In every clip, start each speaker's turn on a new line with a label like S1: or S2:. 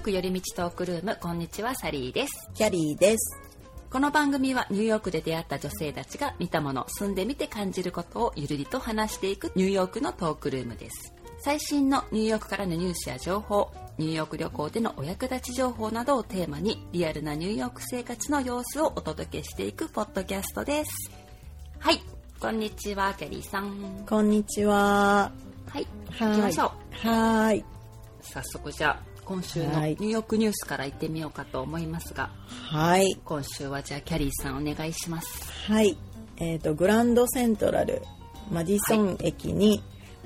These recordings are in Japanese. S1: ク寄り道トークルームこんにちはサリーです
S2: キャリーです。
S1: この番組はニューヨークで出会った女性たちが見たもの住んでみて感じることをゆるりと話していくニューヨークのトークルームです最新のニューヨークからのニュースや情報ニューヨーク旅行でのお役立ち情報などをテーマにリアルなニューヨーク生活の様子をお届けしていくポッドキャストですはいこんにちはキャリーさん
S2: こんにちは。
S1: はい
S2: は
S1: 行きましょう
S2: はーい。
S1: 早速じゃあ今週の
S2: はい
S1: ニューヨークニュースから行ってみようかと思いますが
S2: はい。
S1: 今週はじゃあキャリーさんお願いします
S2: はい。えっ、と、グランドセントラル、マディソン駅に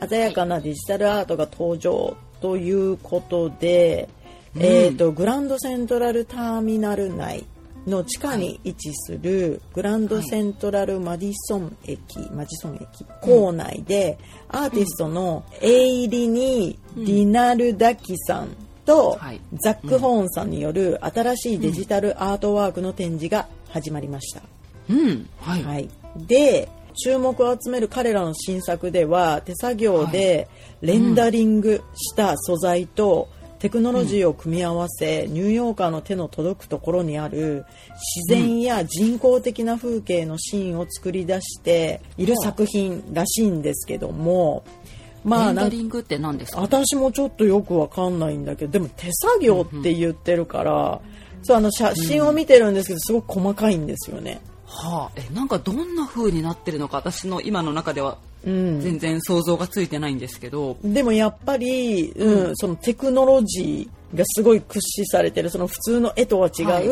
S2: 鮮やかなデジタルアートが登場ということで、
S1: うん
S2: えっ、と、グランドセントラルターミナル内の地下に位置するグランドセントラルマディソン駅、マディソン駅構内で、アーティストのエイリニー・リナルダキさんと、
S1: はい
S2: ザック・ホーンさんによる新しいデジタルアートワークの展示が始まりました。
S1: うんはい、
S2: はい、で注目を集める彼らの新作では手作業でレンダリングした素材とテクノロジーを組み合わせ、ニューヨーカーの手の届くところにある自然や人工的な風景のシーンを作り出している作品らしいんですけどもま
S1: レ
S2: あ
S1: ン
S2: な
S1: ダ
S2: ん
S1: リングって何ですか
S2: 私もちょっとよくわかんないんだけどでも手作業って言ってるから、そうあの写真を見てるんですけどすごく細かいんですよね。
S1: はあえなんかどんな風になってるのか私の今の中では
S2: うん、
S1: 全然想像がついてないんですけど、
S2: でもやっぱり、うんそのテクノロジーがすごい駆使されてるその普通の絵とは違う、
S1: はい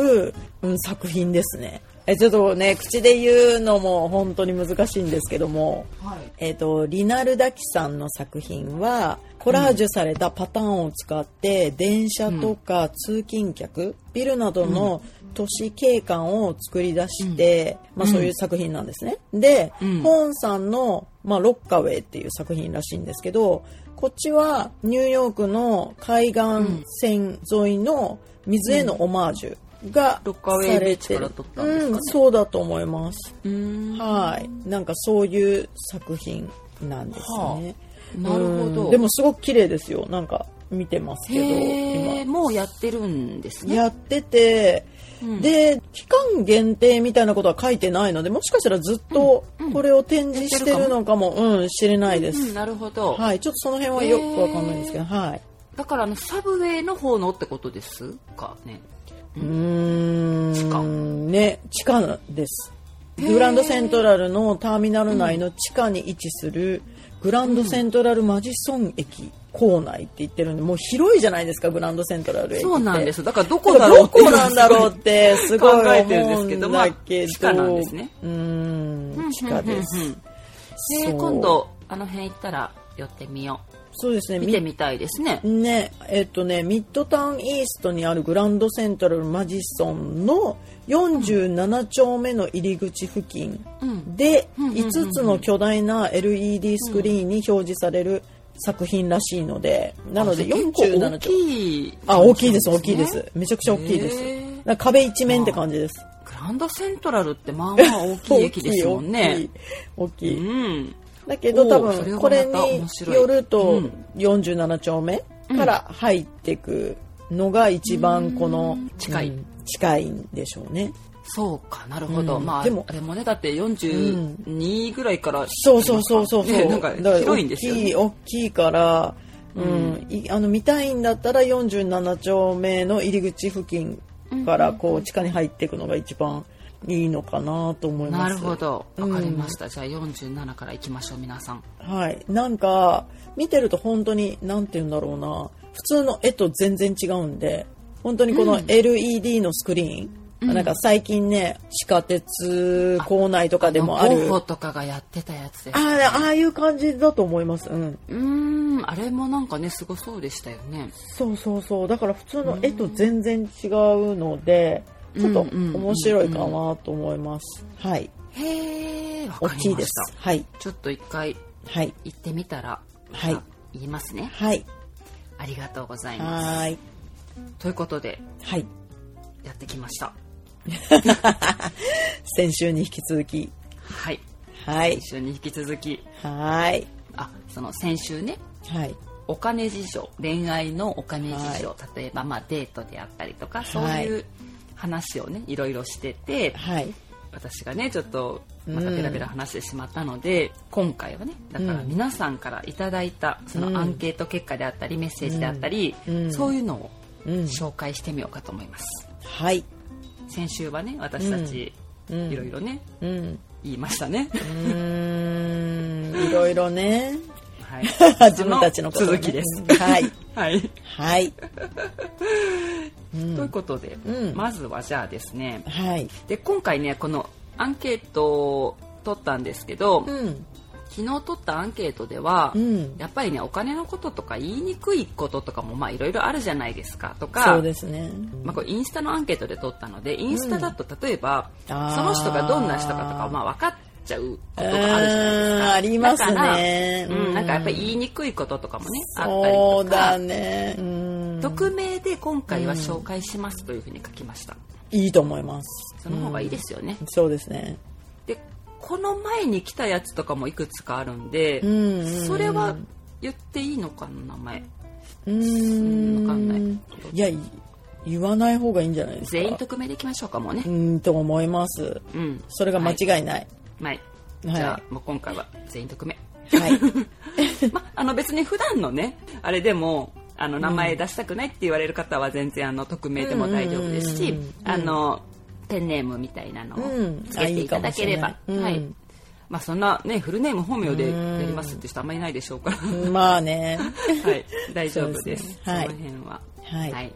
S2: うん、作品ですねえちょっとね口で言うのも本当に難しいんですけども、
S1: はい
S2: えっとリナルダキさんの作品はコラージュされたパターンを使って、電車とか通勤客ビルなどの都市景観を作り出して、まあ、そういう作品なんですね。で、
S1: うん
S2: ホーンさんの、まあ、ロッカウェイっていう作品らしいんですけどこっちはニューヨークの海岸線沿いの水へのオマージュが
S1: ロッカウェイ
S2: さ
S1: ビ
S2: れ
S1: ーチ
S2: て
S1: から
S2: る
S1: 撮ったんですかね
S2: うんそうだと思います。
S1: うーん
S2: はい、なんかそういう作品なんですね。
S1: なるほ
S2: う
S1: ど
S2: んでもすごく綺麗ですよ。なんか見てますけど、
S1: へえ
S2: 今
S1: もうやってるんですね
S2: やってて、
S1: うん
S2: で期間限定みたいなことは書いてないので、もしかしたらずっと
S1: うん
S2: これを展示してるのかも、うん、知れないで
S1: うん、
S2: す。
S1: なるほど、
S2: はい、ちょっとその辺はよくわかんないんですけど、はい。
S1: だからあのサブウェイの方のってことですかね
S2: うーん
S1: 地下
S2: ね地下です
S1: へー
S2: グランドセントラルのターミナル内の地下に位置するグランドセントラルマジソン駅構内って言ってるんでもう広いじゃないですかグランドセントラル駅って
S1: そうなんですだからどこ
S2: こ
S1: だろう
S2: どこなんだろうってすごい
S1: 考えてるんで
S2: 思う
S1: すけど
S2: ん
S1: まあ
S2: だけど
S1: 地下なんですね
S2: うーん地下です
S1: うんうんうんうんで
S2: そう
S1: 今度あの辺行ったら寄ってみよ
S2: そうですね
S1: う見てみたいですね
S2: ねえっとねミッドタウンイーストにあるグランドセントラルマジソンの47丁目の入り口付近
S1: うん
S2: で
S1: うんうんうんうん
S2: 5つの巨大な LED スクリーンに表示される作品らしいのでなので
S1: あじゃあ結構
S2: 47
S1: 大
S2: 丁
S1: きい
S2: あ大きいです
S1: ね
S2: 大きいですめちゃくちゃ大きいです
S1: へー
S2: なんか壁一面って感じです
S1: グランドセントラルってまあま あ大きい駅ですもんね
S2: 大きい大きい大きい
S1: うん
S2: だけど
S1: おー
S2: 多
S1: それ
S2: 分
S1: は
S2: これ
S1: また面白
S2: に
S1: い
S2: よる
S1: う
S2: と
S1: ん
S2: 47丁目から入ってくのが一番この、
S1: うん近い
S2: うん近いんでしょうね
S1: そうかなるほど、
S2: うん
S1: まあ
S2: でも
S1: あれもねだって42ぐらいから、
S2: そうそうそうそうそう、
S1: ねなんか広いんですよね
S2: だから大きい大きいから、うんいあの見たいんだったら47丁目の入り口付近からこう地下に入っていくのが一番いいのかなと思います
S1: なるほど
S2: う
S1: わ
S2: ん
S1: かりました、じゃあ47から行きましょう皆さん
S2: はい、なんか見てると本当に何て言うんだろうな普通の絵と全然違うんで本当にこの LED のスクリーン、なんか最近ね地下鉄構内とかでもあ
S1: ゴッ
S2: る
S1: ホ
S2: あ
S1: とかがやってたやつです
S2: あああいう感じだと思います、うん、
S1: うーんあれもなんかねすごそうでしたよね
S2: そうそうそうだから普通の絵と全然違うのでちょっと面白いかなと思います、はい
S1: へえわ
S2: 大
S1: か
S2: き
S1: り
S2: い
S1: ま
S2: で
S1: し
S2: す
S1: た
S2: はい
S1: ちょっと一回
S2: はい
S1: 行ってみたら
S2: はい
S1: また言いますね
S2: はい
S1: ありがとうございます
S2: はーい
S1: ということで
S2: はい
S1: やってきました
S2: 先週に引き続き
S1: はい
S2: はい
S1: 一緒に引き続き
S2: はーい
S1: あその先週ね
S2: はい。
S1: お金事情恋愛のお金事情、例えば、まあ、デートであったりとかそういう話をねいろいろしてて、
S2: はい
S1: 私がねちょっとまたベラベラ話してしまったので、今回はねだから
S2: うん
S1: 皆さんからいただいたそのアンケート結果であったり、メッセージであったり、
S2: うん
S1: そういうのを
S2: うん
S1: 紹介してみようかと思います。
S2: はい
S1: 先週はね私たち、
S2: うん
S1: いろいろね
S2: うん
S1: 言いました ね。
S2: うーんいろいろね
S1: はい
S2: 自分たちのこと、ね、
S1: 続きです。
S2: はい
S1: はい、
S2: はい
S1: ということで、
S2: うん
S1: まずはじゃあですね
S2: はい
S1: で今回ねこのアンケートを取ったんですけど、
S2: うん
S1: 昨日取ったアンケートでは、
S2: うん
S1: やっぱりねお金のこととか言いにくいこととかもまあいろいろあるじゃないですかと
S2: そ
S1: か
S2: う、ですね
S1: まあ、これインスタのアンケートで取ったのでインスタだと例えば、
S2: あー
S1: その人がどんな人かとか、まあ、分かっちゃうことがあるじゃないです
S2: う
S1: か
S2: んあります
S1: だ
S2: ね
S1: から、う
S2: うん
S1: ん、なんかやっぱり言いにくいこととかもねあったりとか
S2: そうだねうん
S1: 匿名で今回は紹介しますというふうに書きました、
S2: いいと思います
S1: その方がいいですよね、
S2: そうですね
S1: でこの前に来たやつとかもいくつかあるんで、
S2: うんうんうん
S1: それは言っていいのかな名前
S2: うーん
S1: わかんない
S2: いやい言わない方がいいんじゃないですか
S1: 全員匿名でいきましょうかもうね
S2: う、ーんと思います
S1: うん
S2: それが間違いない
S1: はい、
S2: はい
S1: じゃあもう今回は全員匿名
S2: はい、
S1: まあの別に普段のねあれでもあの名前出したくないって言われる方は全然あの匿名でも大丈夫ですし、
S2: うんうんうん
S1: あのペンネームみたいなの
S2: う
S1: を
S2: ん
S1: つけていただければ、
S2: あいいかもしれ
S1: は
S2: ない
S1: い
S2: うん
S1: まあそんなねフルネーム本名でやりますって人あんまりいないでしょう から
S2: まあね
S1: はい、大丈夫です。そ
S2: そうですねはい
S1: の辺は、
S2: はい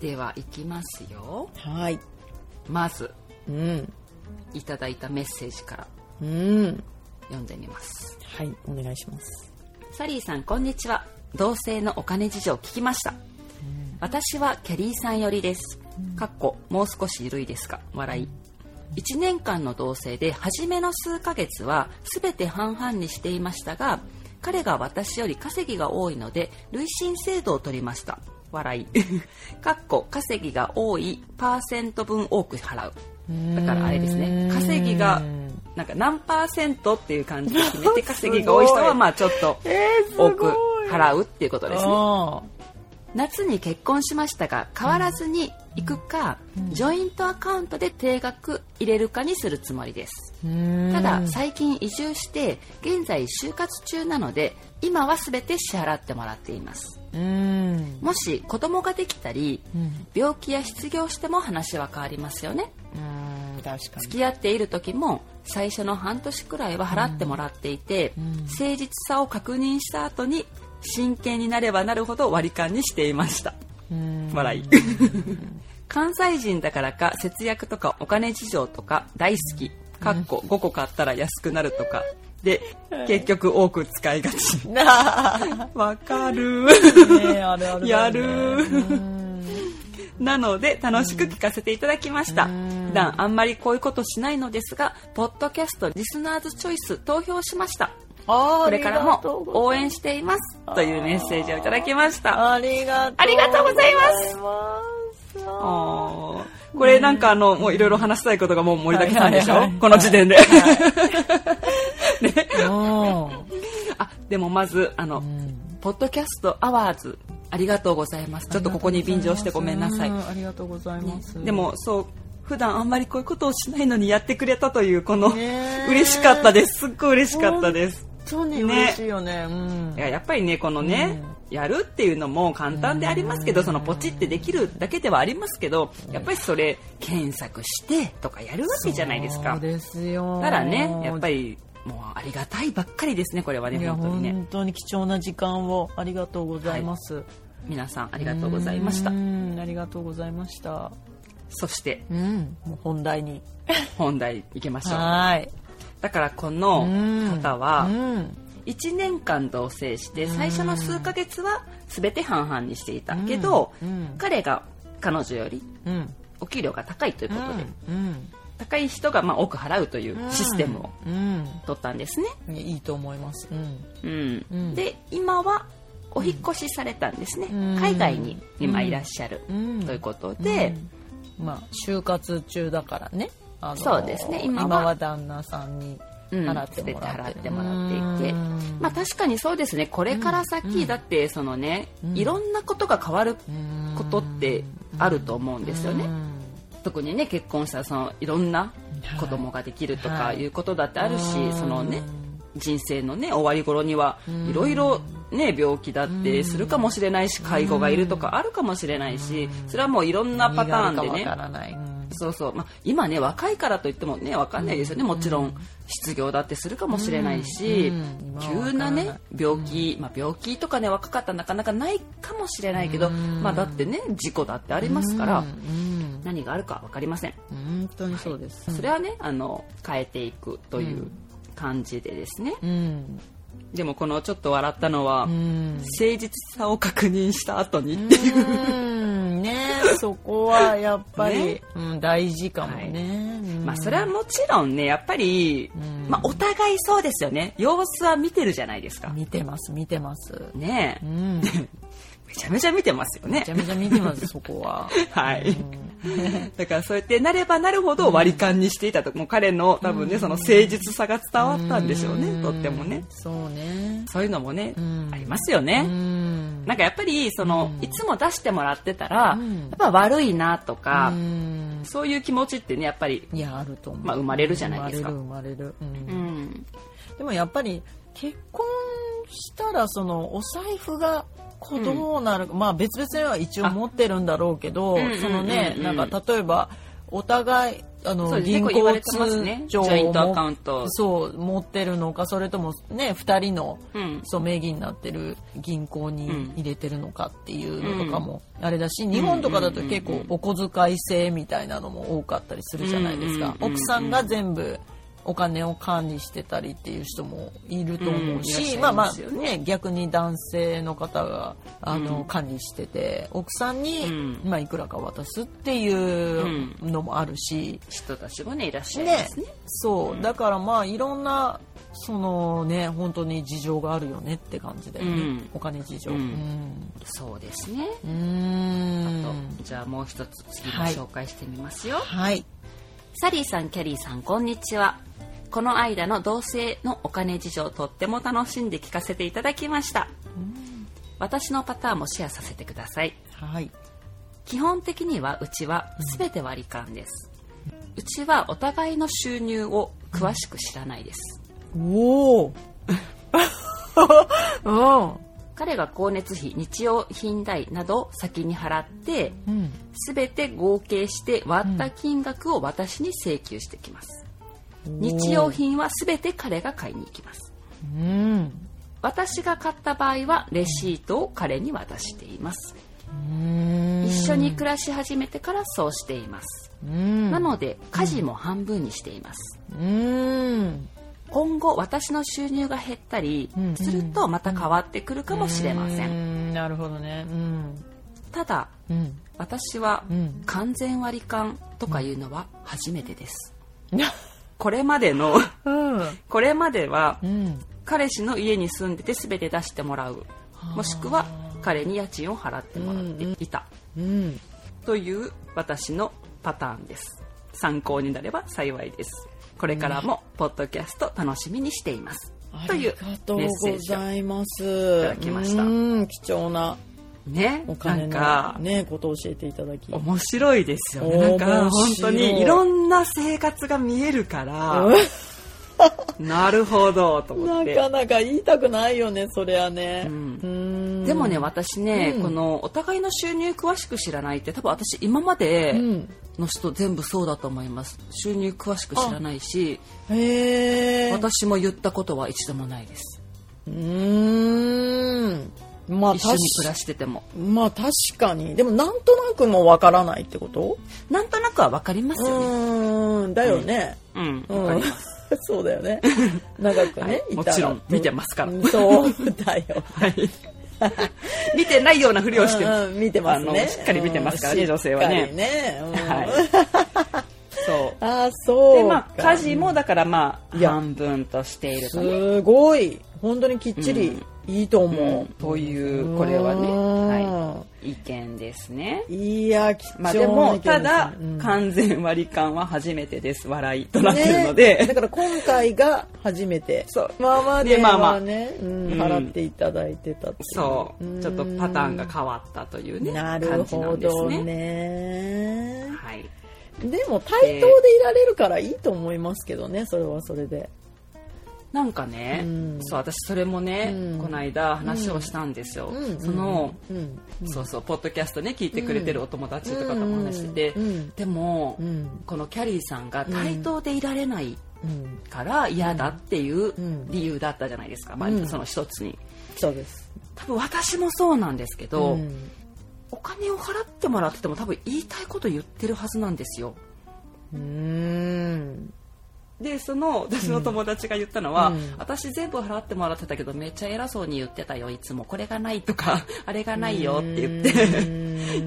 S1: では行きますよ。
S2: はい
S1: まず
S2: うん
S1: いただいたメッセージから
S2: うん
S1: 読んでみます。
S2: はいお願いします
S1: サリーさんこんにちは。同性のお金事情聞きました。私はキャリーさん寄りです。かっこもう少し緩いですか笑い。1年間の同棲で初めの数ヶ月は全て半々にしていましたが彼が私より稼ぎが多いので累進制度を取りました笑 いかっこ稼ぎが多いパーセント分多く払うだからあれですね稼ぎがなんか何パーセントっていう感じで 決めて稼ぎが多い人はまあちょっと多く払うっていうことですね
S2: あ
S1: 夏に結婚しましたが変わらずに行くか、ジョイントアカウントで定額入れるかにするつもりです
S2: ー
S1: ただ最近移住して現在就活中なので今は全て支払ってもらっています
S2: うん
S1: もし子供ができたり、
S2: ん
S1: 病気や失業しても話は変わりますよね
S2: うん確か
S1: 付き合っている時も最初の半年くらいは払ってもらっていて、誠実さを確認した後に真剣になればなるほど割り勘にしていました 笑い関西人だからか節約とかお金事情とか大好きかっこ5個買ったら安くなるとかで結局多く使いがち
S2: になあ
S1: わかる
S2: ねあるある
S1: やるなので楽しく聞かせていただきました普段あんまりこういうことしないのですがポッドキャストリスナーズチョイス投票しました
S2: こ
S1: これからも応援していますというメッセージをいただきました
S2: ありがとう
S1: ありがとうございます
S2: ます
S1: あーこれなんかあのもういろいろ話したいことがもう盛りだくさんでしょ、
S2: はいはいはい
S1: この時点で、ね
S2: う
S1: あでもまずあの、ポッドキャストアワーズありがとうございますちょっとここに便乗してごめんなさい、
S2: ありがとうございます。
S1: でもそう普段あんまりこういうことをしないのにやってくれたというこの、
S2: ねえ
S1: 嬉しかったですすっごい嬉しかったです
S2: 本当に嬉しいよね。うん
S1: い。ややっぱりねこのね、やるっていうのも簡単でありますけど、そのポチってできるだけではありますけどやっぱりそれ検索してとかやるわけじゃないですか
S2: そうですよ。
S1: だからねやっぱりもうありがたいばっかりですねこれはね
S2: いや
S1: 本当にね
S2: 本当に貴重な時間をありがとうございます。あ
S1: 皆さんありがとうございました
S2: ありがとうございました。
S1: そして
S2: うん。もう本題に。
S1: 本題いきましょう
S2: はい。
S1: だからこの方は
S2: うん。
S1: 1年間同棲して最初の数ヶ月は全て半々にしていたけど
S2: うん
S1: 彼が彼女より
S2: うん。
S1: お給料が高いということで
S2: うん。
S1: 高い人がまあ多く払うというシステムを
S2: うん。
S1: 取ったんですね、
S2: いやいいと思います。うん。
S1: うん
S2: うん
S1: で今はお引っ越しされたんですね、
S2: うん
S1: 海外に今いらっしゃる
S2: うん
S1: ということで、
S2: まあ就活中だからねあの
S1: そうですね今は
S2: 今は旦那さんに
S1: うん
S2: 払っても
S1: 捨
S2: らっ
S1: て
S2: て
S1: てもらっていてまあ確かにそうですねこれから先、
S2: うん
S1: だってそのね、
S2: うん
S1: いろんなことが変わる
S2: あ
S1: ことってあると思うんですよね、特にね結婚したらそのいろんな子供ができるとか
S2: はい
S1: いうことだってあるし、そのね人生のね終わり頃には
S2: うん
S1: いろいろね病気だってするかもしれないし介護がいると
S2: う
S1: かあるかもしれないしそれはもういろんなパターンでねそうそう、まあ、今ね若いからといってもねわかんないですよねもちろん失業だってするかもしれないし
S2: うんうん
S1: 急な
S2: 今はわ
S1: ね
S2: から
S1: 病気、まあ、病気とかね若かったらなかなかないかもしれないけど、
S2: うん
S1: まあ、だってね事故だってありますか
S2: う
S1: ら
S2: ん
S1: 何があるか分かりません。
S2: うん本当にそうです、
S1: それはねあの変えていくという感じでですね、
S2: うん
S1: でもこのちょっと笑ったのは、
S2: うん
S1: 誠実さを確認した後にっていう、
S2: うんねそこはやっぱり、
S1: ね
S2: うん、大事かもね、うん
S1: まあそれはもちろんねやっぱり、
S2: うん
S1: まあ、お互いそうですよね様子は見てるじゃないですか
S2: 見てます見てます、
S1: ねえ
S2: うん、め
S1: めちゃめちゃ見てますよね
S2: ちゃめちゃ見てますそこは
S1: はい、 だからそうやってなればなるほど割り勘にしていたともう彼の多分ねその誠実さが伝わったんでしょうねとってもね
S2: そうね
S1: そういうのもね
S2: うん
S1: ありますよね、
S2: うん
S1: なんかやっぱりその、
S2: うん
S1: いつも出してもらってたら、
S2: うん
S1: やっぱ悪いなとか、
S2: うん
S1: そういう気持ちってねやっぱり、
S2: いやあると思う、
S1: まあ生まれるじゃないですか
S2: 生まれる生まれる、うん
S1: うん、
S2: でもやっぱり結婚したらそのお財布がこうどうなるか、まあ別々には一応持ってるんだろうけど
S1: あ
S2: そのね、
S1: うんうんうんうん
S2: なんか例えばお互いあ
S1: そ
S2: の
S1: うですね
S2: 銀
S1: こう言わ
S2: 行
S1: れてますね
S2: 通帳を
S1: ジョイント
S2: も
S1: アカウント
S2: そう持ってるのかそれともね2人の
S1: うん
S2: そう名義になってる銀行に
S1: うん
S2: 入れてるのかっていうのとかもあれだし、日本とかだと結
S1: うんうん
S2: 構
S1: うん
S2: お小遣い制みたいなのも多かったりするじゃないですか、
S1: うんうんうんうん
S2: 奥さんが全部お金を管理してたりっていう人もいると思うし、
S1: うん
S2: まあま
S1: いらっ
S2: あ
S1: しゃいますよね
S2: ね逆に男性の方があ
S1: う
S2: の、
S1: ん
S2: 管理してて奥さんに、
S1: うん
S2: まあ、いくらか渡すっていうのもあるし、
S1: 人たちもねいらっしゃいま
S2: ね
S1: すね
S2: そうだからまあいろんなそのね本当に事情があるよねって感じだよね、
S1: うん
S2: お金事情
S1: う
S2: うんん
S1: そうですね、
S2: うーん
S1: とじゃあもう一つ次も
S2: はい
S1: 紹介してみますよ、
S2: はい
S1: サリーさんキャリーさんこんにちはこの間の同性のお金事情とっても楽しんで聞かせていただきました私のパターンもシェアさせてください
S2: はい
S1: 基本的にはうちは全て割り勘です、うちはお互いの収入を詳しく知らないです
S2: お お
S1: 彼が光熱費日用品代などを先に払って
S2: うん
S1: 全て合計して割った金額を私に請求してきます、日用品は全て彼が買いに行きます
S2: うん
S1: 私が買った場合はレシートを彼に渡しています
S2: うん
S1: 一緒に暮らし始めてからそうしています
S2: うん
S1: なので家事も半分にしています
S2: うん
S1: 今後私の収入が減ったり
S2: うん
S1: するとまた変わってくるかもしれませ
S2: うんんなるほどねうん
S1: ただ
S2: うん
S1: 私は
S2: うん
S1: 完全割り勘とかいうのは初めてです
S2: うん
S1: これまでのこれまでは
S2: うん
S1: 彼氏の家に住んでて全て出してもらうもしくは彼に家賃を払ってもらっていた
S2: うん
S1: という私のパターンです参考になれば幸いですこれからもポッドキャスト楽しみにしていますという
S2: ありがとうございます。い
S1: ただきました
S2: うん、貴重な
S1: ね
S2: お
S1: な
S2: 金
S1: んか
S2: のね、ことを教えていただき。うん
S1: 面白いですよねなんか
S2: 面白い
S1: 本当にいろんな生活が見えるからなるほどと思っ
S2: な
S1: て
S2: かなか言いたくないよね、そりゃね。
S1: うん
S2: うん
S1: でもね、私ね、
S2: うん
S1: このお互いの収入詳しく知らないって多分私今まで
S2: うん、
S1: の人全部そうだと思います収入詳しく知らないし
S2: へえ。
S1: 私も言ったことは一度もないです
S2: うーん。まあ、
S1: 一緒
S2: 確
S1: に暮らしてても
S2: まあ、確かに。でも、なんとなくのわからないってこと
S1: なんとなくは分かりますよね。
S2: うーん、だよね。
S1: うん、
S2: うん
S1: わかります。
S2: そうだよね。長くね、
S1: はい
S2: いたら
S1: もちろん見てますから
S2: うんそう だよ。
S1: はい。見てないようなふりをして
S2: うんうん見てます
S1: あ
S2: ね
S1: のしっかり見てますからね
S2: うん
S1: 女性はね
S2: しっかりうん
S1: はい。そ
S2: ああ
S1: う。
S2: そう
S1: で、まあ、
S2: か
S1: 家事もだからまあ、
S2: いや
S1: 半分としているとね。
S2: すごい本当にきっ
S1: う
S2: ちり
S1: ん
S2: いいと
S1: も
S2: 思
S1: うという
S2: う。
S1: これはね、
S2: うん
S1: はい、意見ですね。
S2: いや、貴重
S1: ま
S2: な
S1: あ
S2: 意見
S1: でも
S2: すね
S1: ただ、
S2: うん
S1: 完全割り勘は初めてです笑いとなってるので、
S2: ねだから今回が初めて
S1: そう
S2: 今まで
S1: ねまあまあ
S2: はね、うん
S1: うん
S2: 払っていただいてたってい
S1: そう、
S2: ん
S1: ちょっとパターンが変わったというね
S2: な
S1: 感
S2: る
S1: じな
S2: ほ
S1: んです
S2: どね
S1: ね。はい、
S2: でも対等でいられるからいいと思いますけどねそれはそれで
S1: なんかね、
S2: うん
S1: そう私それもね、
S2: うん
S1: この間話をしたんですよ。
S2: うん
S1: その、
S2: うん
S1: そうそうポッドキャストね聞いてくれてるお友達とかとも話してて、
S2: うん
S1: でも、
S2: うん
S1: このキャリーさんが対等でいられない
S2: うん
S1: から嫌だっていう
S2: うん
S1: 理由だったじゃないですか、ま
S2: うん
S1: あ、その一つに
S2: そうです
S1: 多分私もそうなんですけど、
S2: うん
S1: お金を払ってもらってても多分言いたいこと言ってるはずなんですよ
S2: うん
S1: でその私の友達が言ったのは、
S2: うん
S1: 私全部払ってもらってたけどめっちゃ偉そうに言ってたよいつもこれがないと かあれがないよって言って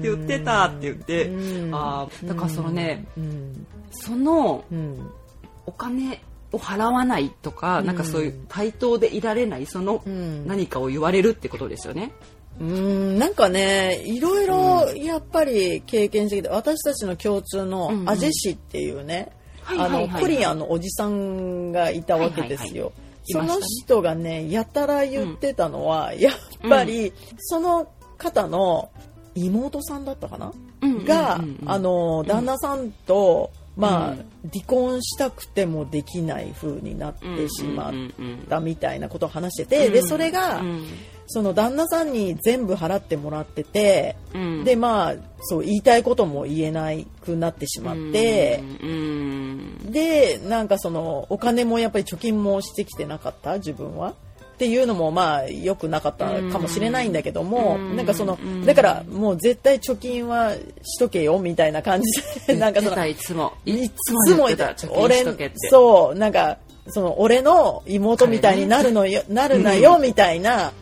S1: 言ってたって言って
S2: うん
S1: あーだからそのね
S2: うん
S1: その
S2: うん
S1: お金を払わないとか、なんかそういう対等でいられないその
S2: うん
S1: 何かを言われるってことですよね。
S2: うーんなんかねいろいろやっぱり経験してきて私たちの共通の
S1: うんうん
S2: アジェ氏っていうね、
S1: はいはいはいはい
S2: あのコリアンのおじさんがいたわけですよ。
S1: いはいはいいました
S2: その
S1: ね
S2: 人がねやたら言ってたのは、やっぱり、その方の妹さんだったかな、が、あの旦那さんと、まあ、
S1: うん
S2: 離婚したくてもできない風になってしまったみたいなことを話してて、でそれが、その旦那さんに全部払ってもらってて、でまあそう言いたいことも言えなくなってしまって、でなんかそのお金もやっぱり貯金もしてきてなかった自分は。っていうのもまあ良くなかったかもしれないんだけども、
S1: うん
S2: なんかその、
S1: うん
S2: だからもう絶対貯金はしとけよみたいな感じで、なんかその
S1: いつも
S2: い
S1: い
S2: つ
S1: つ
S2: も
S1: も言
S2: いた
S1: ってた貯金
S2: 俺
S1: しとけって
S2: そうなんかその俺の妹みたいになるのよ、なるなよみたいな、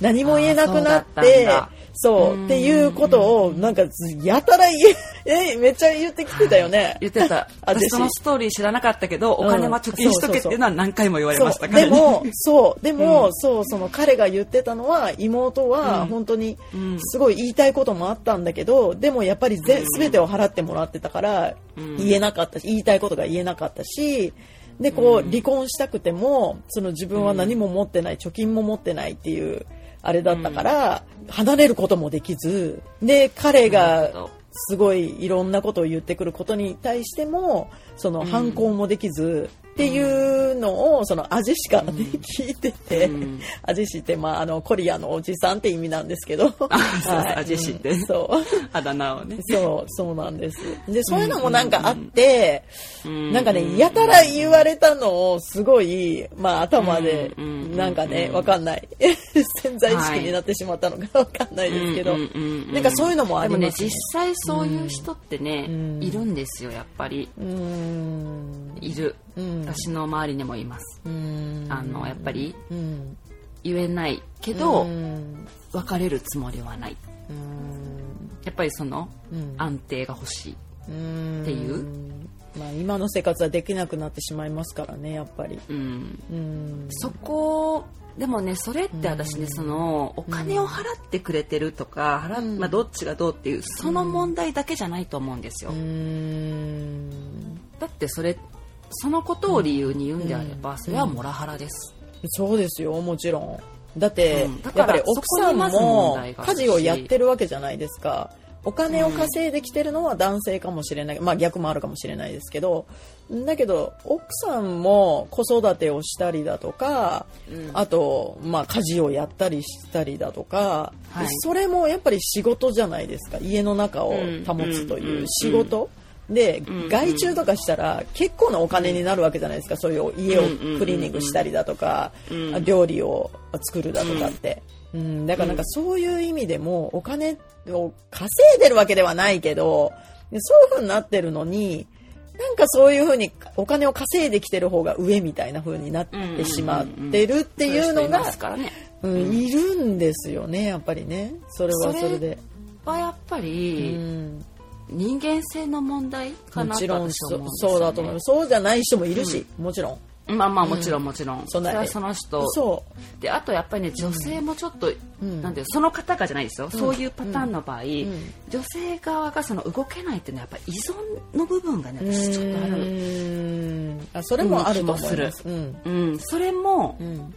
S2: 何も言えなくなっ
S1: あーそう
S2: て
S1: だったんだ
S2: そう
S1: うん
S2: っていうことをなんかやたら言ええめっちゃ言ってきてたよね、
S1: 言ってた
S2: あ
S1: 私そのストーリー知らなかったけどお金は貯金しとけっていうのは何回も言われ
S2: そ
S1: ました
S2: う
S1: から
S2: で
S1: ね
S2: もそうでも、
S1: うん
S2: そうその彼が言ってたのは妹は
S1: うん
S2: 本当に
S1: うん
S2: すごい言いたいこともあったんだけどでもやっぱり
S1: う
S2: ぜ
S1: ん
S2: 全てを払ってもらってたから
S1: うん
S2: 言えなかったし言いたいことが言えなかったしでこ
S1: う
S2: うん離婚したくてもその自分は何も持ってない貯金も持ってないっていうあれだったから離れることもできずで彼
S1: な
S2: が
S1: るほど
S2: すごいいろんなことを言ってくることに対してもその
S1: うん
S2: 反抗もできずっていうのをそのアジェシカね、聞いてて、
S1: うん
S2: アジェシって、まあ、あのコリアのおじさんって意味なんです けど
S1: そう
S2: はい
S1: アジェシって
S2: うんそう
S1: あだ名をね
S2: そうそうなんですでそういうのもなんかあって、
S1: うん
S2: なんかねやたら言われたのをすごい、まあ、頭で
S1: うんうん
S2: なんかね
S1: うん
S2: わかんない 潜在意識になってしまったのかわかんないですけ
S1: う
S2: ど、
S1: んうんうんうん
S2: なんかそういうのもあ
S1: で
S2: り
S1: も
S2: ま
S1: ね
S2: す
S1: 実際そういう人ってね、
S2: うん
S1: いるんですよやっぱり
S2: うーん
S1: いる、
S2: うん
S1: 私の周りにもいます、
S2: うん
S1: あのやっぱり
S2: うん
S1: 言えないけど、
S2: うん
S1: 別れるつもりはない
S2: うん
S1: やっぱりその
S2: うん
S1: 安定が欲しい
S2: うん
S1: っていう
S2: まあ今の生活はできなくなってしまいますからねやっぱり
S1: うん
S2: うん
S1: そこでもねそれって私ね、そのお金を払ってくれてるとか、払
S2: うん
S1: まあ、どっちがどうっていうその問題だけじゃないと思うんですよ、
S2: うん
S1: だってそれそのことを理由に言うんであれば、それはモラハラです、
S2: そうですよもちろんだって、
S1: うんだか
S2: やっ
S1: ら
S2: ぱり奥
S1: そ
S2: さん
S1: こにまず問
S2: も
S1: 題があ
S2: 家
S1: るし
S2: 事をやってるわけじゃないですかお金を稼いできてるのは男性かもしれない、まあ逆もあるかもしれないですけどだけど奥さんも子育てをしたりだとか
S1: うん
S2: あと、まあ、家事をやったりしたりだとか、
S1: はい
S2: それもやっぱり仕事じゃないですか家の中を保つと
S1: うんうん
S2: いううん仕事、で、
S1: ん
S2: 外注とかしたら結構なお金になるわけじゃないですかそういう家をクリーニングしたりだとか、
S1: うん
S2: あ料理を作るだとかって、うん、だからなんかそういう意味でもお金を稼いでるわけではないけどでそういう風になってるのになんかそういう風にお金を稼いできてる方が上みたいな風になってしまってるっていう
S1: そ
S2: の
S1: 人ま
S2: が
S1: す、からね
S2: うん、いるんですよねやっぱりねそれは
S1: それ
S2: それで。
S1: はやっぱり、
S2: うん
S1: 人間性の問題か
S2: も
S1: な
S2: ち
S1: と
S2: ろん
S1: 私
S2: そ
S1: は思うんですよね
S2: そうだと思いますそうじゃない人もいるし、もちろん
S1: まあまあもちろんもちろん、
S2: そ
S1: そ
S2: んな
S1: れはその人
S2: そ
S1: であとやっぱりね女性もちょっと、
S2: うん
S1: なんていうのその方がじゃないですよ、そういうパターンの場合、
S2: ん
S1: 女性側がその動けないっていうのはやっぱ依存の部分がね
S2: う
S1: 私ちょっとある、
S2: うんあそれもあると思いますうん
S1: うん、それも
S2: うん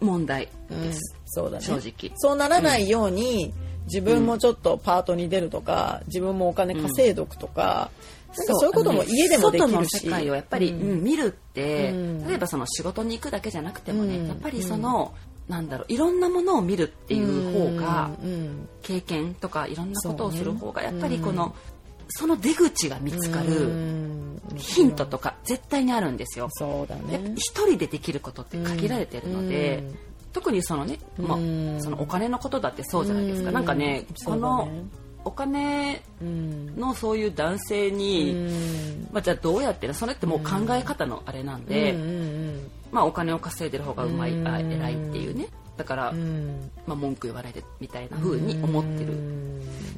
S1: 問題
S2: うん
S1: です、
S2: そうだね
S1: 正直
S2: そうならないように、自分もちょっとパートに出るとか自分もお金稼いどくとか,、なんかそういうことも
S1: あのね
S2: 家でもできるし
S1: 外の世界をやっぱり、
S2: うん
S1: うん見るって、
S2: うん
S1: 例えばその仕事に行くだけじゃなくてもね、
S2: うん
S1: やっぱりその、なんだろういろんなものを見るっていう方が、
S2: うんうん
S1: 経験とかいろんなことをする方が
S2: そ
S1: や
S2: う
S1: っ
S2: ね
S1: ぱりこの、その出口が見つか
S2: う
S1: る
S2: ん
S1: ヒントとか絶対にあるんですよ。
S2: そうだ
S1: やっぱ
S2: ね
S1: 一人でできることって限られてるので、
S2: うん
S1: 特にそのね、まあ
S2: うん
S1: そのお金のことだってそうじゃないですか、
S2: うん
S1: なんかね
S2: そ
S1: こ
S2: うだ
S1: の
S2: ね
S1: お金
S2: うん
S1: のそういう男性に、
S2: うん
S1: まあ、じゃあどうやってねそれってもう考え方のあれなんで、
S2: うんうん
S1: まあ、お金を稼いでる方がうまい、あ
S2: うん
S1: 偉いっていうねだから、
S2: うん
S1: まあ、文句言われるみたいな風に思ってる、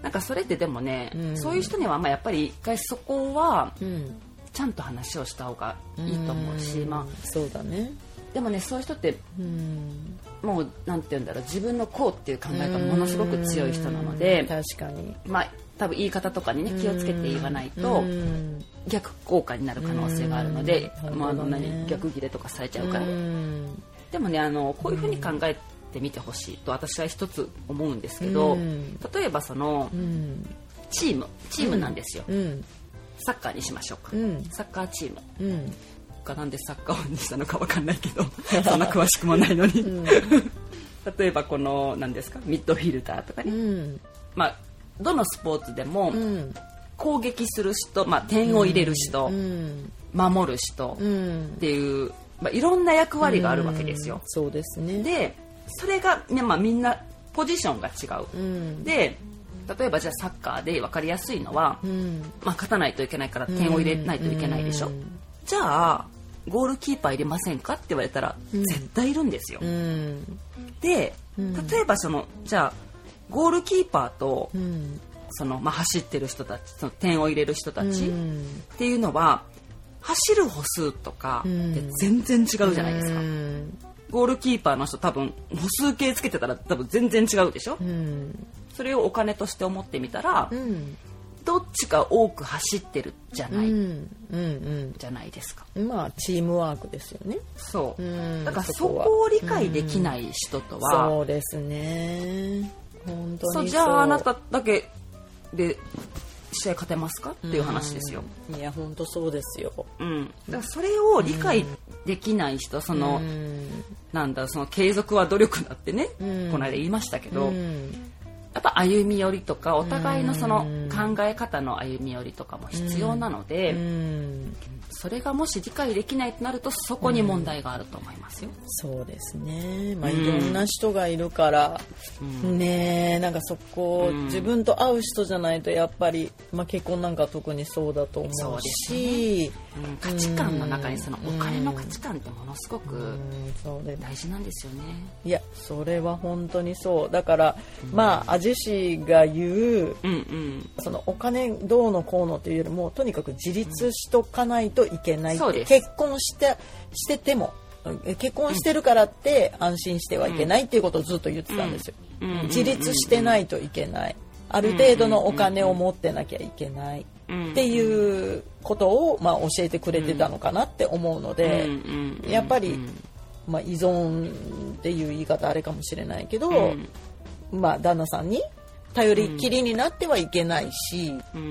S1: なんかそれってでもね、
S2: うん
S1: そういう人にはまあやっぱり一回そこは
S2: うん
S1: ちゃんと話をした方がいいと思うし、まあ、
S2: そうだね
S1: でもねそういう人って
S2: うん
S1: もうなんて言うんだろう自分のこうっていう考えがものすごく強い人なの
S2: うん
S1: で、
S2: 確かに
S1: まあ、多分言い方とかにね気をつけて言わないと
S2: うん
S1: 逆効果になる可能性があるので
S2: うん
S1: まああの
S2: なるほどね
S1: 何逆ギレとかされちゃうから
S2: うん
S1: でもねあのこういうふうに考えてみてほしいと私は一つ思うんですけど
S2: うん
S1: 例えばその
S2: うん
S1: チームチームなんですよ
S2: うん
S1: サッカーにしましょうか
S2: うん
S1: サッカーチーム
S2: うん
S1: がなんでサッカーにしたのかわかんないけ どそんな詳しくもないのに 例えばこの何ですかミッドフィルダーとか
S2: う
S1: ね
S2: ん
S1: まあどのスポーツでも
S2: うん
S1: 攻撃する人、まあ、点を入れる人
S2: うん
S1: 守る人
S2: う
S1: っ
S2: ん
S1: ていう、まあ、いろんな役割があるわけですよ。
S2: そうですね
S1: でそれが、ねまあ、みんなポジションが違う。
S2: うん
S1: で例えばじゃあサッカーで分かりやすいのは、
S2: うん
S1: まあ、勝たないといけないから点を入れないといけないでしょ。
S2: うん
S1: じゃあゴールキーパー入れませんかって言われたら、
S2: うん
S1: 絶対いるんですよ。
S2: うん
S1: で
S2: うん
S1: 例えばそのじゃあゴールキーパーと
S2: うん
S1: その、まあ、走ってる人たちその点を入れる人たち、
S2: うん
S1: っていうのは走る歩数とか
S2: うん
S1: って全然違うじゃないですか、
S2: うん
S1: ゴールキーパーの人多分歩数計つけてたら多分全然違うでしょ、
S2: うん
S1: それをお金として思ってみたら、
S2: うん
S1: どっちか多く走ってるじゃ
S2: う
S1: ない、
S2: んうん
S1: じゃないですか
S2: うんまあチームワークですよね
S1: そう、
S2: うん
S1: だから
S2: そ
S1: そ
S2: こは
S1: こを理解できない人とは、
S2: そうですね本当に
S1: そうじゃああなただけで試合勝てますかっていう話ですよ、
S2: いや本当そうですよ
S1: うん、だからそれを理解できない人その、
S2: うん
S1: なんだろうその継続は努力だってね、
S2: うん
S1: この間言いましたけど、や
S2: うん
S1: っぱ歩み寄りとかお互いのその
S2: うん
S1: 考え方の歩み寄りとかも必要なので、
S2: うん
S1: それがもし理解できないとなるとそこに問題があると思いますよ。
S2: そうですね、まあ、
S1: うん
S2: いろんな人がいるから、
S1: うん
S2: ねえなんかそこ、
S1: うん
S2: 自分と会う人じゃないとやっぱり、まあ、結婚なんか特にそうだと思
S1: そう
S2: う
S1: です
S2: し
S1: うん価値観の中にそのお金の価値観ってものすご
S2: う
S1: く
S2: んそうで
S1: 大事なんですよね。
S2: いやそれは本当にそうだから、まあ味氏が言う
S1: うんうん、
S2: そのお金どうのこうのというよりもとにかく自立しとかないといけないって、
S1: そうです
S2: 結婚してしててもえ結婚してるからって安心してはいけないっていうことをずっと言ってたんですよ、
S1: うんうん
S2: 自立してないといけないある程度のお金を持ってなきゃいけない
S1: うん
S2: っていうことを、まあ、教えてくれてたのかなって思うので、
S1: うんうんうん
S2: やっぱり、まあ、依存っていう言い方あれかもしれないけど、
S1: うん
S2: まあ、旦那さんに頼りっきりになってはいけないし、
S1: うん
S2: う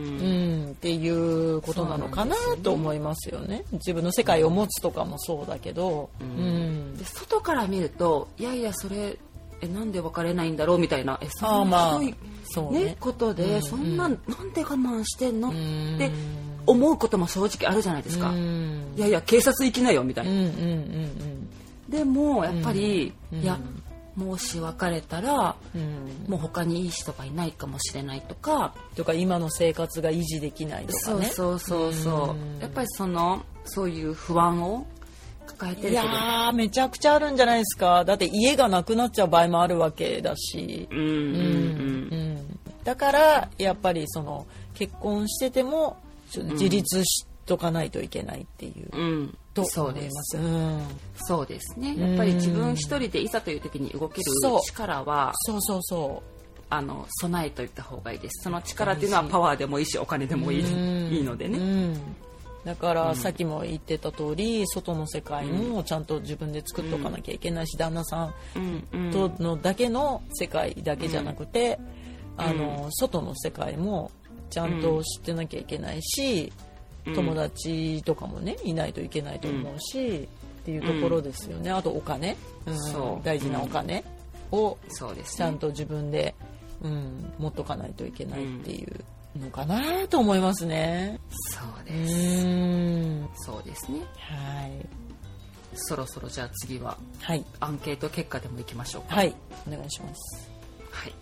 S2: ん、っていうことなのかなと思いますよね自分の世界を持つとかもそうだけど、うん
S1: で外から見るといやいやそれえなんで別れないんだろうみたいなえそ
S2: あー
S1: ん
S2: ま
S1: な
S2: あ
S1: ひどい、
S2: そうね
S1: ねことで、そんなんなんで我慢してんの、
S2: ん
S1: って思うことも正直あるじゃないです
S2: う
S1: か、
S2: ん
S1: いやいや警察行きなよみたい
S2: うんう
S1: な、
S2: んうん
S1: でもやっぱり、
S2: うん
S1: いやもし別れたら
S2: うんうん
S1: もう他にいい人がいないかもしれないとか
S2: とか今の生活が維持できないとか
S1: そう
S2: ね
S1: そうそうそう
S2: うん
S1: やっぱりそのそういう不安を抱えてる
S2: い
S1: けど
S2: やーめちゃくちゃあるんじゃないですかだって家がなくなっちゃう場合もあるわけだし
S1: うんうんうん
S2: うんだからやっぱりその結婚しててもちょっと自立しとかないといけないっていう
S1: うん
S2: とと
S1: そう
S2: 思
S1: です
S2: います。うん
S1: そうですね
S2: ん
S1: やっぱり自分一人でいざという時に動ける
S2: そう
S1: 力は
S2: そうそうそう。
S1: あの備えといった方がいいですその力っていうのはパワーでもいいしお金でもいい,、
S2: うん
S1: いいので
S2: う
S1: ね、
S2: んだからさっきも言ってた通り、外の世界もちゃんと自分で作っておかなきゃいけないし、旦那さん
S1: うんうん
S2: とのだけの世界だけじゃなくて、あの外の世界もちゃんと知ってなきゃいけないし、
S1: うん
S2: 友達とかもねいないといけないと思うし、っていうところですよねあとお金、うん
S1: そう
S2: 大事なお金を
S1: そうです
S2: ちゃ
S1: ね
S2: んと自分で、うん、持っとかないといけないっていうのかなと思いますね。
S1: そう
S2: う
S1: です、
S2: ん
S1: そうですね
S2: はい、
S1: そろそろじゃあ次は
S2: はい、
S1: アンケート結果でもいきましょうか
S2: はい、お願いします。
S1: はい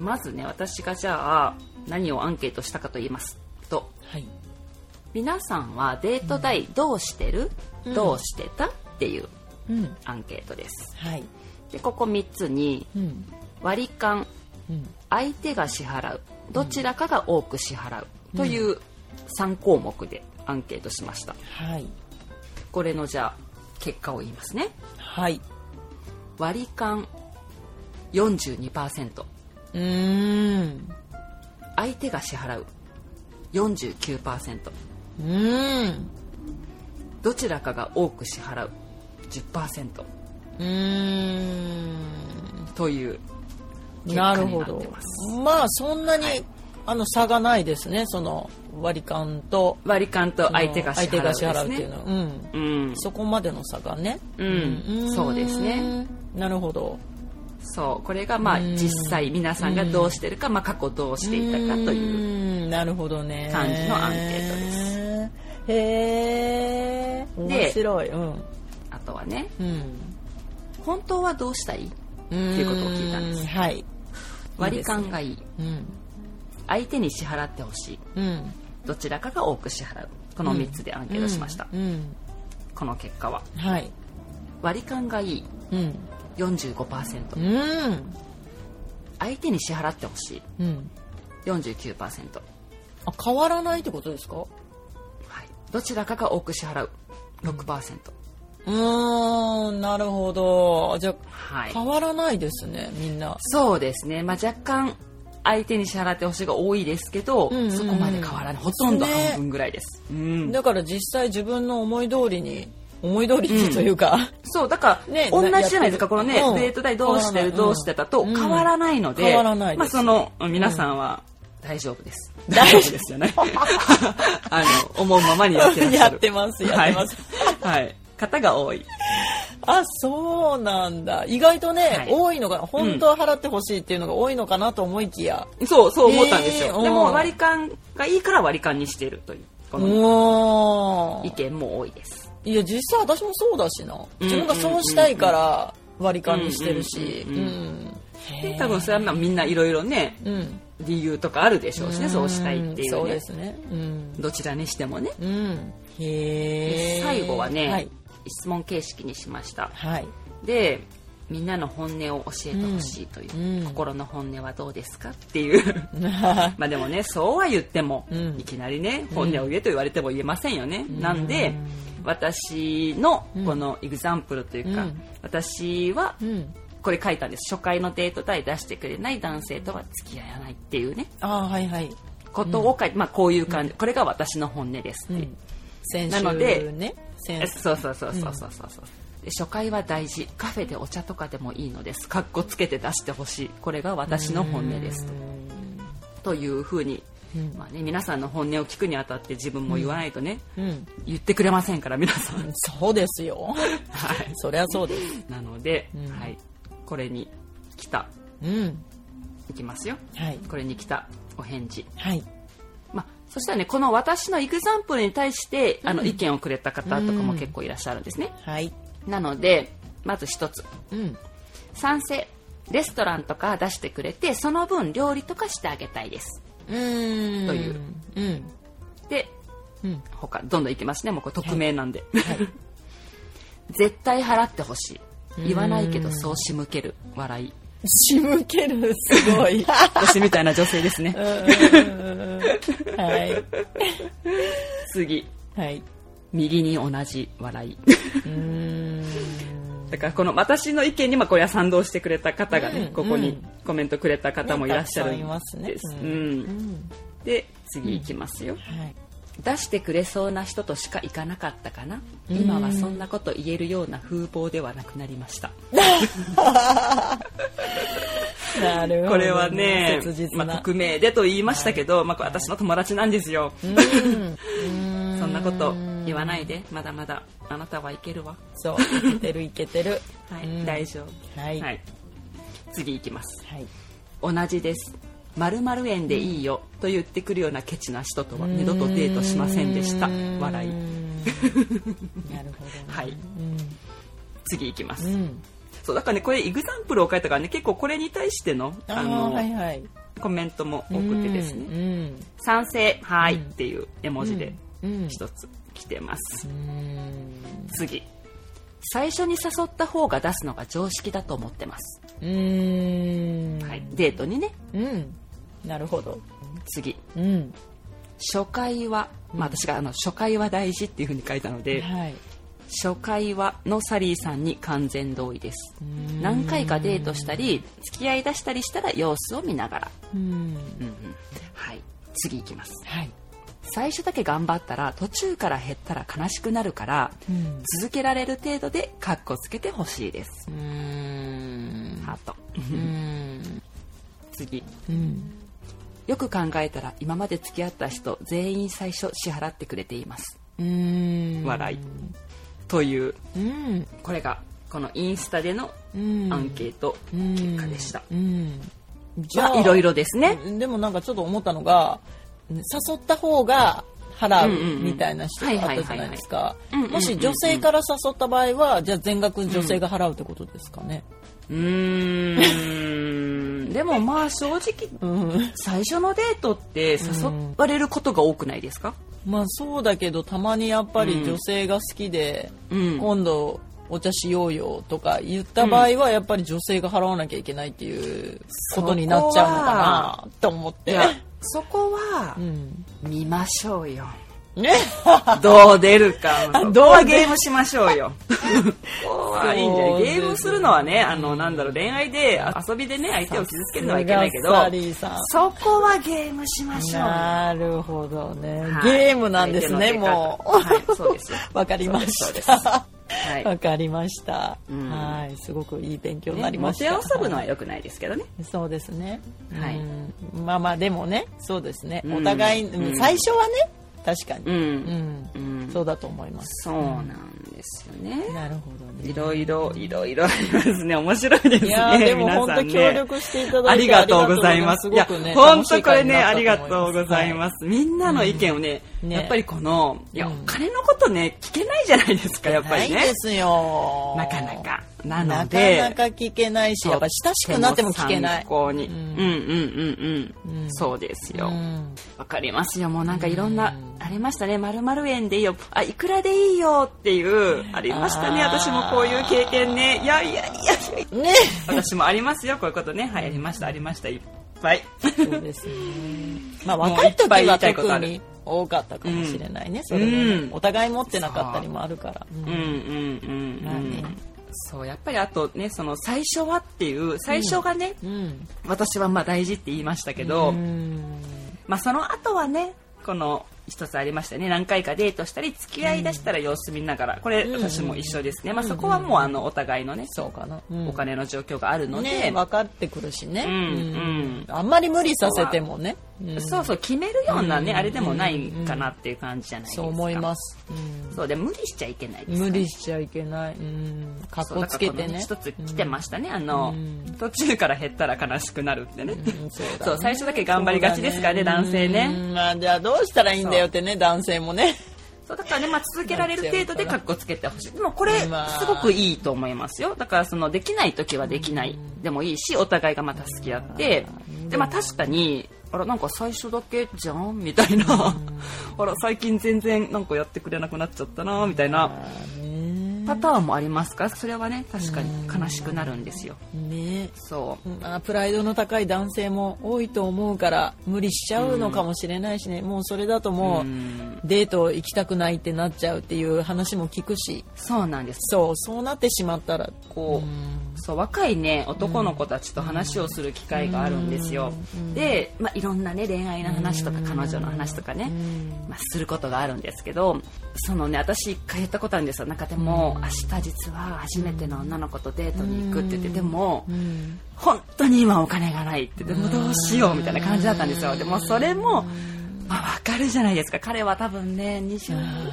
S1: まずね私がじゃあ何をアンケートしたかと言いますと
S2: はい、
S1: 皆さんはデート代どうしてる、
S2: うん
S1: どうしてたっていう
S2: うん、
S1: アンケートです
S2: はい、
S1: でここ3つに
S2: うん、
S1: 割り勘
S2: うん、
S1: 相手が支払うどちらかが多く支払うという3項目でアンケートしました
S2: はい。
S1: これのじゃあ結果を言いますね
S2: はい。
S1: 割り勘42%
S2: うーん。
S1: 相手が支払う49%
S2: うーん。
S1: どちらかが多く支払う10%
S2: うー
S1: という結
S2: ん。
S1: 果
S2: なる
S1: に
S2: ほ
S1: なっ
S2: ど
S1: てます。
S2: まあ、そんなに、あの、差がないですね。その、割り勘と、
S1: 割り勘と
S2: その
S1: 相手が支
S2: 相手が支払
S1: 払う
S2: うっ
S1: で
S2: てい
S1: す
S2: う
S1: ね
S2: のは。うん。
S1: うん
S2: そこまでの差がね。
S1: うん
S2: ー
S1: そうですね。
S2: なるほど。
S1: そうこれがまあ
S2: うん
S1: 実際皆さんがどうしてるか、まあ、過去どうしていたかという
S2: うーん。なるほどね。
S1: 感じのアンケートです。
S2: へー。面白い。うん。
S1: あとはね
S2: うん。
S1: 本当はどうしたい
S2: って
S1: いうことを聞いたんです
S2: はい。
S1: 割り勘がいい
S2: うん。
S1: 相手に支払ってほしい
S2: うん。
S1: どちらかが多く支払うこの3つでアンケートしました、
S2: うん。
S1: この結果は
S2: うんはい。
S1: 割り勘がいい
S2: うん。
S1: 45%
S2: うん。
S1: 相手に支払ってほしい
S2: うん。
S1: 49%、
S2: あ、変わらないってことですか
S1: はい、どちらかが多く支払う6%、
S2: うーん、なるほど。じゃあ、
S1: はい
S2: 変わらないですね、みんな。
S1: そうですね、まあ、若干相手に支払ってほしいが多いですけど、
S2: うんうんうん
S1: そこまで変わらないほとんど
S2: ね
S1: 半分ぐらいです、うん、
S2: だから実際自分の思い通りに、思い通りにというか、
S1: そうだから、
S2: ね
S1: 同じじゃないですかこのね、
S2: うん
S1: デート代どうしてる
S2: 変わらない
S1: どうしてたと
S2: うん
S1: 変わらないので、
S2: 変わらないです
S1: まあ、その皆さんは大丈夫です、
S2: 大
S1: 大
S2: 丈夫
S1: 丈夫ですよね あの思うままにやってらっしゃ
S2: や
S1: る
S2: ってます、やってます。
S1: はい、はい、方が多い
S2: あ、そうなんだ。意外とね、
S1: はい
S2: 多いのかな。本当は払ってほしいっていうのが多いのかなと思いきや。
S1: そうそう思ったんですよ、
S2: えーうん
S1: でも割り勘がいいから割り勘にしているというこの
S2: おー
S1: 意見も多いです
S2: いや実際私もそうだしな
S1: うん
S2: 自分がそうしたいから割り勘にしてるし
S1: うんうんうんう
S2: うん
S1: で多分それはまあみんないろいろね
S2: うん
S1: 理由とかあるでしょうしねそうしたいってい
S2: んそうう
S1: ね
S2: ですねうん、
S1: どちらにしてもね
S2: うん、へえ
S1: 最後はね、
S2: はい、
S1: 質問形式にしました
S2: はい、
S1: でみんなの本音を教えてほしいという、
S2: うんうん
S1: 心の本音はどうですかっていうまあでもねそうは言っても、
S2: うん
S1: いきなりね本音を言えと言われても言えませんよね、なん
S2: う
S1: で
S2: ん
S1: 私の
S2: うん
S1: このエグザンプルというか、
S2: うん
S1: 私は
S2: うん、
S1: これ書いたんです初回のデート代出してくれない男性とは付き合わないっていうね
S2: ああはいはい、
S1: ことを書いて、まあこういう感じ、これが私の本音です
S2: う
S1: っていう、
S2: ん、先
S1: なの
S2: 週
S1: で
S2: ね先
S1: えそうそうそうそうそうそうそう、で初回は大事カフェでお茶とかでもいいのですかっこつけて出してほしいこれが私の本音ですというふうに、
S2: うん
S1: まあね、皆さんの本音を聞くにあたって自分も言わないとね、
S2: うん
S1: 言ってくれませんから皆さん
S2: そうですよ
S1: はい
S2: そりゃそうです
S1: なので、
S2: うん
S1: はい、これに来た
S2: うん
S1: いきますよ
S2: はい
S1: これに来たお返事
S2: はい
S1: まあ、そしたらねこの私のエグザンプルに対して、あの意見をくれた方とかも
S2: うん
S1: 結構いらっしゃるんですね、
S2: はい
S1: なのでまず一つ
S2: うん
S1: 賛成レストランとか出してくれてその分料理とかしてあげたいです
S2: うん
S1: という
S2: うん
S1: で
S2: うん
S1: 他どんどんいきますねもうこれ匿名なんで、 絶対払ってほしい言わないけどそう仕向ける笑い
S2: 仕向けるす ごい
S1: 私みたいな女性です ね
S2: うんはい
S1: 次
S2: はい
S1: 右に同じ笑い
S2: うーん
S1: だからこの私の意見にまあこれは賛同してくれた方がね、
S2: うん
S1: ここ
S2: う
S1: に
S2: ん
S1: コメントくれた方もいらっしゃる
S2: ね
S1: ん
S2: たくさんいますね
S1: です、
S2: う
S1: うんん、で次いきますよ、
S2: はい
S1: 出してくれそうな人としか行かなかったかな
S2: うん
S1: 今はそんなこと言えるような風貌ではなくなりました
S2: なるほど
S1: これはね
S2: 切、実
S1: ま
S2: な、
S1: あ、匿名でと言いましたけど、まあ、これ私の友達なんですよ、
S2: うん
S1: そんなこと言わないでまだまだあなたはいけるわ
S2: そういけてるいけてる
S1: はい、
S2: うん
S1: 大丈夫
S2: はい
S1: は
S2: はい
S1: い、次いきます
S2: はい
S1: 同じです〇〇円でいいよと言ってくるようなケチな人とは二度とデートしませんでした 笑い
S2: うんなるほどね
S1: はい次いきま
S2: う
S1: す、
S2: んうん
S1: そうだからねこれイグザンプルを書いたからね結構これに対してのあ
S2: あ
S1: の
S2: のはいはい
S1: コメントも多くてですね
S2: ね
S1: 賛成はいっていう絵文字で
S2: うん
S1: 一つ来てます、
S2: うん
S1: 次最初に誘った方が出すのが常識だと思ってます、
S2: うん
S1: はい、デートにね
S2: うんなるほど
S1: 次
S2: うん
S1: 初回は、まあ、私があの初回は大事っていうふうに書いたので、
S2: はい
S1: 初回はのサリーさんに完全同意です
S2: うん
S1: 何回かデートしたり付き合いだしたりしたら様子を見ながら、
S2: うん
S1: うんうんはい次いきます
S2: はい
S1: 最初だけ頑張ったら途中から減ったら悲しくなるから
S2: うん
S1: 続けられる程度でカッコつけてほしいです
S2: う、ん
S1: ハート
S2: うん
S1: 次
S2: うん
S1: よく考えたら今まで付き合った人全員最初支払ってくれています
S2: うん
S1: 笑いという
S2: うん
S1: これがこのインスタでの
S2: うん
S1: アンケート結果でした、
S2: うんじ
S1: まあいろいろですね、
S2: でもなんかちょっと思ったのが誘った方が払
S1: うんうんう
S2: うんみたいな人があったじゃないですか
S1: いはいはいはい
S2: もし女性から誘った場合はじゃあ全額女性が払うってことですかね、
S1: うーんでもまあ正直
S2: うん、
S1: 最初のデートって誘われることが多くないですか、
S2: まあそうだけどたまにやっぱり女性が好きで、
S1: うん
S2: 今度お茶しようよとか言った場合はやっぱり女性が払わなきゃいけないっていうことになっちゃうのかなと思っ
S1: い
S2: て
S1: や。そこは
S2: うん
S1: 見ましょう よ
S2: ね、
S1: どう出るか
S2: あどう出る
S1: どうゲームしましょ うよこうはいいんじゃな
S2: そう
S1: い
S2: です
S1: ゲ
S2: ね
S1: ームするのはねあのなんだろう恋愛であ遊びでね相手を傷つけるのはいけないけど
S2: さすがサリーさん
S1: そこはゲームしましょうよ
S2: なるほどね、
S1: はい
S2: ゲームなんですね
S1: 相手の
S2: もう、
S1: 出方はいそうですよ
S2: わかりま
S1: そうです
S2: し
S1: そう
S2: た
S1: はい
S2: わかりました、
S1: うん
S2: はいすごくいい勉強にな
S1: ね
S2: り
S1: 持
S2: ま
S1: ち
S2: した、
S1: 遊ぶのは良くないですけどね
S2: そうですね。
S1: はい
S2: うんまあまあでもね、そうですね。
S1: うん
S2: お互い、うん
S1: うん
S2: 最初はね、確か
S1: う、
S2: に、うんん
S1: うん、
S2: そうだと思います。
S1: そうなんですよね
S2: なるほどね。
S1: いろいろいろいろありますね面白いですね
S2: いやーでも
S1: 皆
S2: 本
S1: さ
S2: 当
S1: んね
S2: 協力していただ
S1: あ
S2: いて
S1: りがとうございます。いや、本当これね、ありがとうござい
S2: す
S1: ます。みんなの意見をね、
S2: うんね
S1: やっぱりこの、いや、
S2: う
S1: お
S2: ん
S1: 金のことね、聞けないじゃないですか、やっぱり
S2: ない
S1: ね
S2: で。すよ。
S1: なかなか。な
S2: な
S1: の
S2: か
S1: で、
S2: なか聞けないし、やっぱ親しくなっても聞けな
S1: とっても参考
S2: い。
S1: に。う
S2: うんん
S1: うんうんう。
S2: うんん
S1: そうです
S2: う
S1: よ。
S2: ん
S1: わかりますよ。もうなんかいろんな、ありましたね。まるまる円でいいよ。あ、いくらでいいよっていう、ありましたね。
S2: あー
S1: 私もこういう経験ね。いやいやいやいや。
S2: ね。
S1: 私もありますよ。こういうことね。はい、ありました、ありました。いっぱ い。
S2: そうですね。まあ若い時
S1: もういっぱい言い
S2: は
S1: たいことあ
S2: 特
S1: る
S2: に多かったかもしれないね。それも
S1: うん
S2: ねお互い持ってなかったりもあるから。
S1: うんうんうん、うん
S2: まあね
S1: そうやっぱりあとねその最初はっていう最初がね、
S2: うん。
S1: 私はまあ大事って言いましたけど、
S2: うん
S1: まあ、その後はねこの一つありましたね何回かデートしたり付き合いだしたら様子見ながらこれ
S2: うん
S1: 私も一緒ですね、まあ、そこはもうあのお互いのね、
S2: そうかな。
S1: お金の状況があるの
S2: の
S1: で、
S2: ね、分かってくるしね。
S1: うんうん
S2: あんまり無理させてもね。うん
S1: そうそう決めるようなね、
S2: うん
S1: あれでもないかなっていう感じじゃないですか
S2: そう思います。
S1: そうで無理しちゃいけないで
S2: う
S1: す
S2: ん
S1: ね
S2: 無理しちゃいけない。うん。かっ
S1: そう
S2: こ
S1: だ
S2: つ
S1: からこ
S2: け
S1: の
S2: て
S1: ね
S2: ね。
S1: 一つ来てましたね、あの
S2: うん
S1: 途中から減ったら悲しくなるってね、
S2: うんそうだね
S1: そう最初だけ頑張りがちですからね男性ね
S2: うんまあじゃあどうしたらいいんだよってね、男性もね。
S1: そうだからね、まあ、続けられる程度でカッコつけてほしいでもこれす
S2: まあ
S1: ごくいいと思いますよだからそのできない時はできないでもいいしお互いがまた好き合ってでまあ確かにあらなんか最初だけじゃんみたいなあら最近全然なんかやってくれなくなっちゃったなみたいな
S2: ね
S1: パターンもありますからそれはね確かに悲しくなるんですよ。
S2: ね
S1: そう
S2: まあ、プライドの高い男性も多いと思うから無理しちゃうのかもしれないしね、もうそれだともう、
S1: ん
S2: デート行きたくないってなっちゃうっていう話も聞くし
S1: そうなんです
S2: そうそうなってしまったら
S1: こう、そう若いね男の子たちと話をする機会があるんですよ、で、まあ、いろんなね恋愛の話とか彼女の話とかね、まあ、することがあるんですけどそのね私一回やったことあるんですよ中でも明日実は初めての女の子とデートに行くって言ってでも本当に今お金がないって言ってもうどうしようみたいな感じだったんですよでもそれも、まあ、分かるじゃないですか彼は多分ね20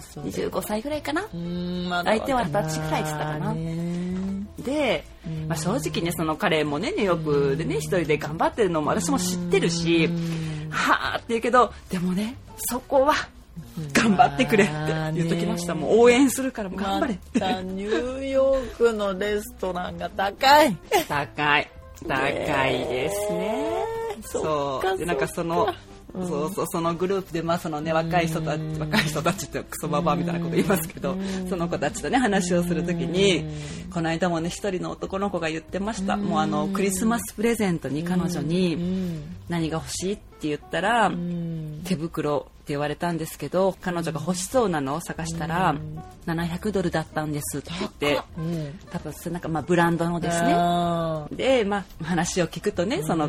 S2: そう
S1: 25歳ぐらいかな
S2: うんまだ
S1: 相手は二十歳くらいって言ってたかな
S2: ね
S1: で、まあ、正直ねその彼もねニューヨークでね一人で頑張ってるのも私も知ってるしはあって言うけどでもねそこは頑張ってくれって言っときました
S2: まあね
S1: もう応援するからもう頑張
S2: ま
S1: れって
S2: たニューヨークのレストランが高い
S1: 高い高いですね
S2: そっか
S1: でなんかそのそうそうそのグループでまあそのね若い人たち若い人たちってクソババアみたいなこと言いますけどその子たちとね話をするときにこの間もね一人の男の子が言ってましたもうあのクリスマスプレゼントに彼女に何が欲しいって言ったら手袋って言われたんですけど彼女が欲しそうなのを探したら700ドルだったんですって言って多分それなんかまあブランドのですね
S2: あー
S1: で、まあ、話を聞くとねその、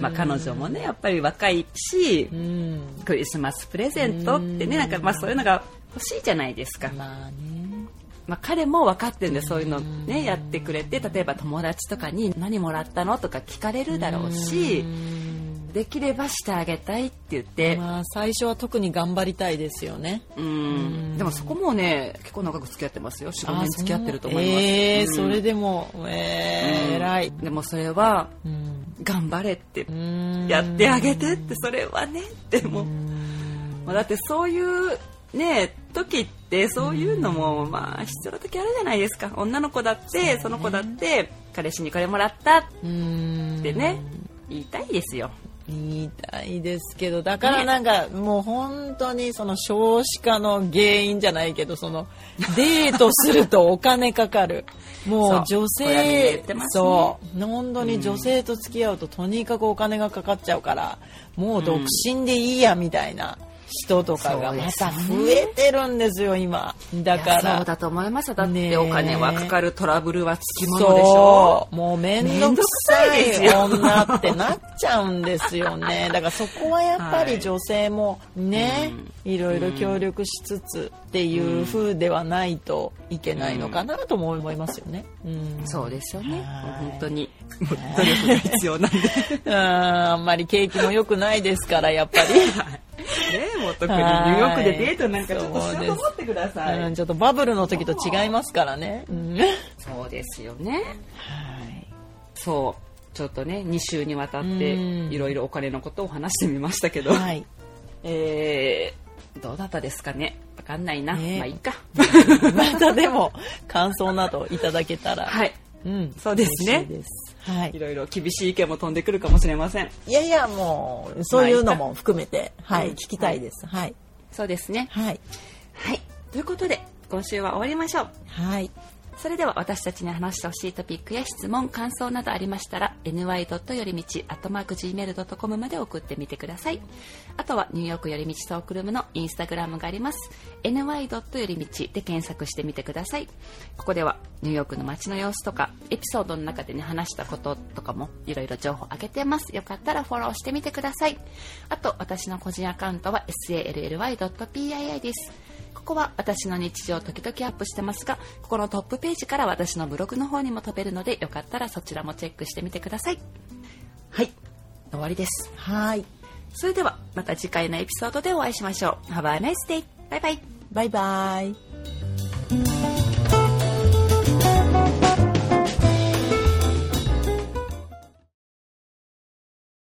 S1: まあ、彼女もねやっぱり若いし
S2: うん
S1: クリスマスプレゼントってねなんか、まあ、そういうのが欲しいじゃないですか、
S2: まあね
S1: まあ、彼も分かってるんでそういうのねやってくれて例えば友達とかに「何もらったの?」とか聞かれるだろうしできればしてあげたいって言って
S2: まあ最初は特に頑張りたいですよね
S1: うんでもそこもね結構長く付き合ってますよ45年付き合ってると思います
S2: えーそれでもえー偉い
S1: でもそれは
S2: うん
S1: 頑張れって
S2: うん
S1: やってあげてってそれはねでもまあだってそういうね時ってそういうのもまあ必要な時あるじゃないですか女の子だってその子だって彼氏にこれもらったっ
S2: うん
S1: てね言いたいですよ
S2: 言いたいですけどだからなんかもう本当にその少子化の原因じゃないけど そのデートするとお金かかるもう
S1: そう
S2: 女
S1: これは言
S2: 性
S1: ってますね
S2: そう本当に女性と付き合うととにかくお金がかかっちゃうからもう独身でいいやみたいな人とかが
S1: そう
S2: ま
S1: です
S2: た増えてるんですよ今だか
S1: いやそう
S2: ら。
S1: だと思いますよだっ
S2: ね
S1: て
S2: え
S1: お金はかかるトラブルはつきものでしょ
S2: そうもう面倒
S1: 面
S2: くさ
S1: 倒くさい
S2: い
S1: ですよ
S2: 女ってなっちゃうんですよ ねだからそこはやっぱり女性もね、い、ろいろ協力しつつっていう風ではないといけないのかなとも思いますよね、うん、
S1: そうですよね
S2: はい
S1: 本当にもう努力が必要なんで ね
S2: うんあんまり景気も良くないですからやっぱり、
S1: えもう特にニューヨークでデートなんかちょっとしようと思ってくださ
S2: うん
S1: い
S2: ちょっとバブルの時と違いますからね、うん、はい
S1: そうですよねそうちょっとね2週にわたって
S2: うん
S1: いろいろお金のことを話してみましたけど、
S2: はい
S1: えーどうだったですかねわかんないな、
S2: ね
S1: まあいいか
S2: またでも感想などいただけたら、
S1: はい
S2: うん、
S1: そうですね
S2: 嬉しいですはい
S1: いろいろ厳しい意見も飛んでくるかもしれません
S2: いやいや、もう、そういうのも含めて、はい、聞きたいです。はい。
S1: そうですね
S2: はい。
S1: はいということで今週は終わりましょう
S2: はい。
S1: それでは私たちに話してほしいトピックや質問感想などありましたら ny. よりみち .gmail.com まで送ってみてくださいあとはニューヨークよりみちトークルームのインスタグラムがあります ny. よりみちで検索してみてくださいここではニューヨークの街の様子とかエピソードの中でね話したこととかもいろいろ情報あげてますよかったらフォローしてみてくださいあと私の個人アカウントは sally.pii ですここは私の日常を時々アップしてますが、ここのトップページから私のブログの方にも飛べるので、よかったらそちらもチェックしてみてください。はい、終わりです。
S2: はい。
S1: それではまた次回のエピソードでお会いしましょう。Have a nice day! バイバイ
S2: バイバイ。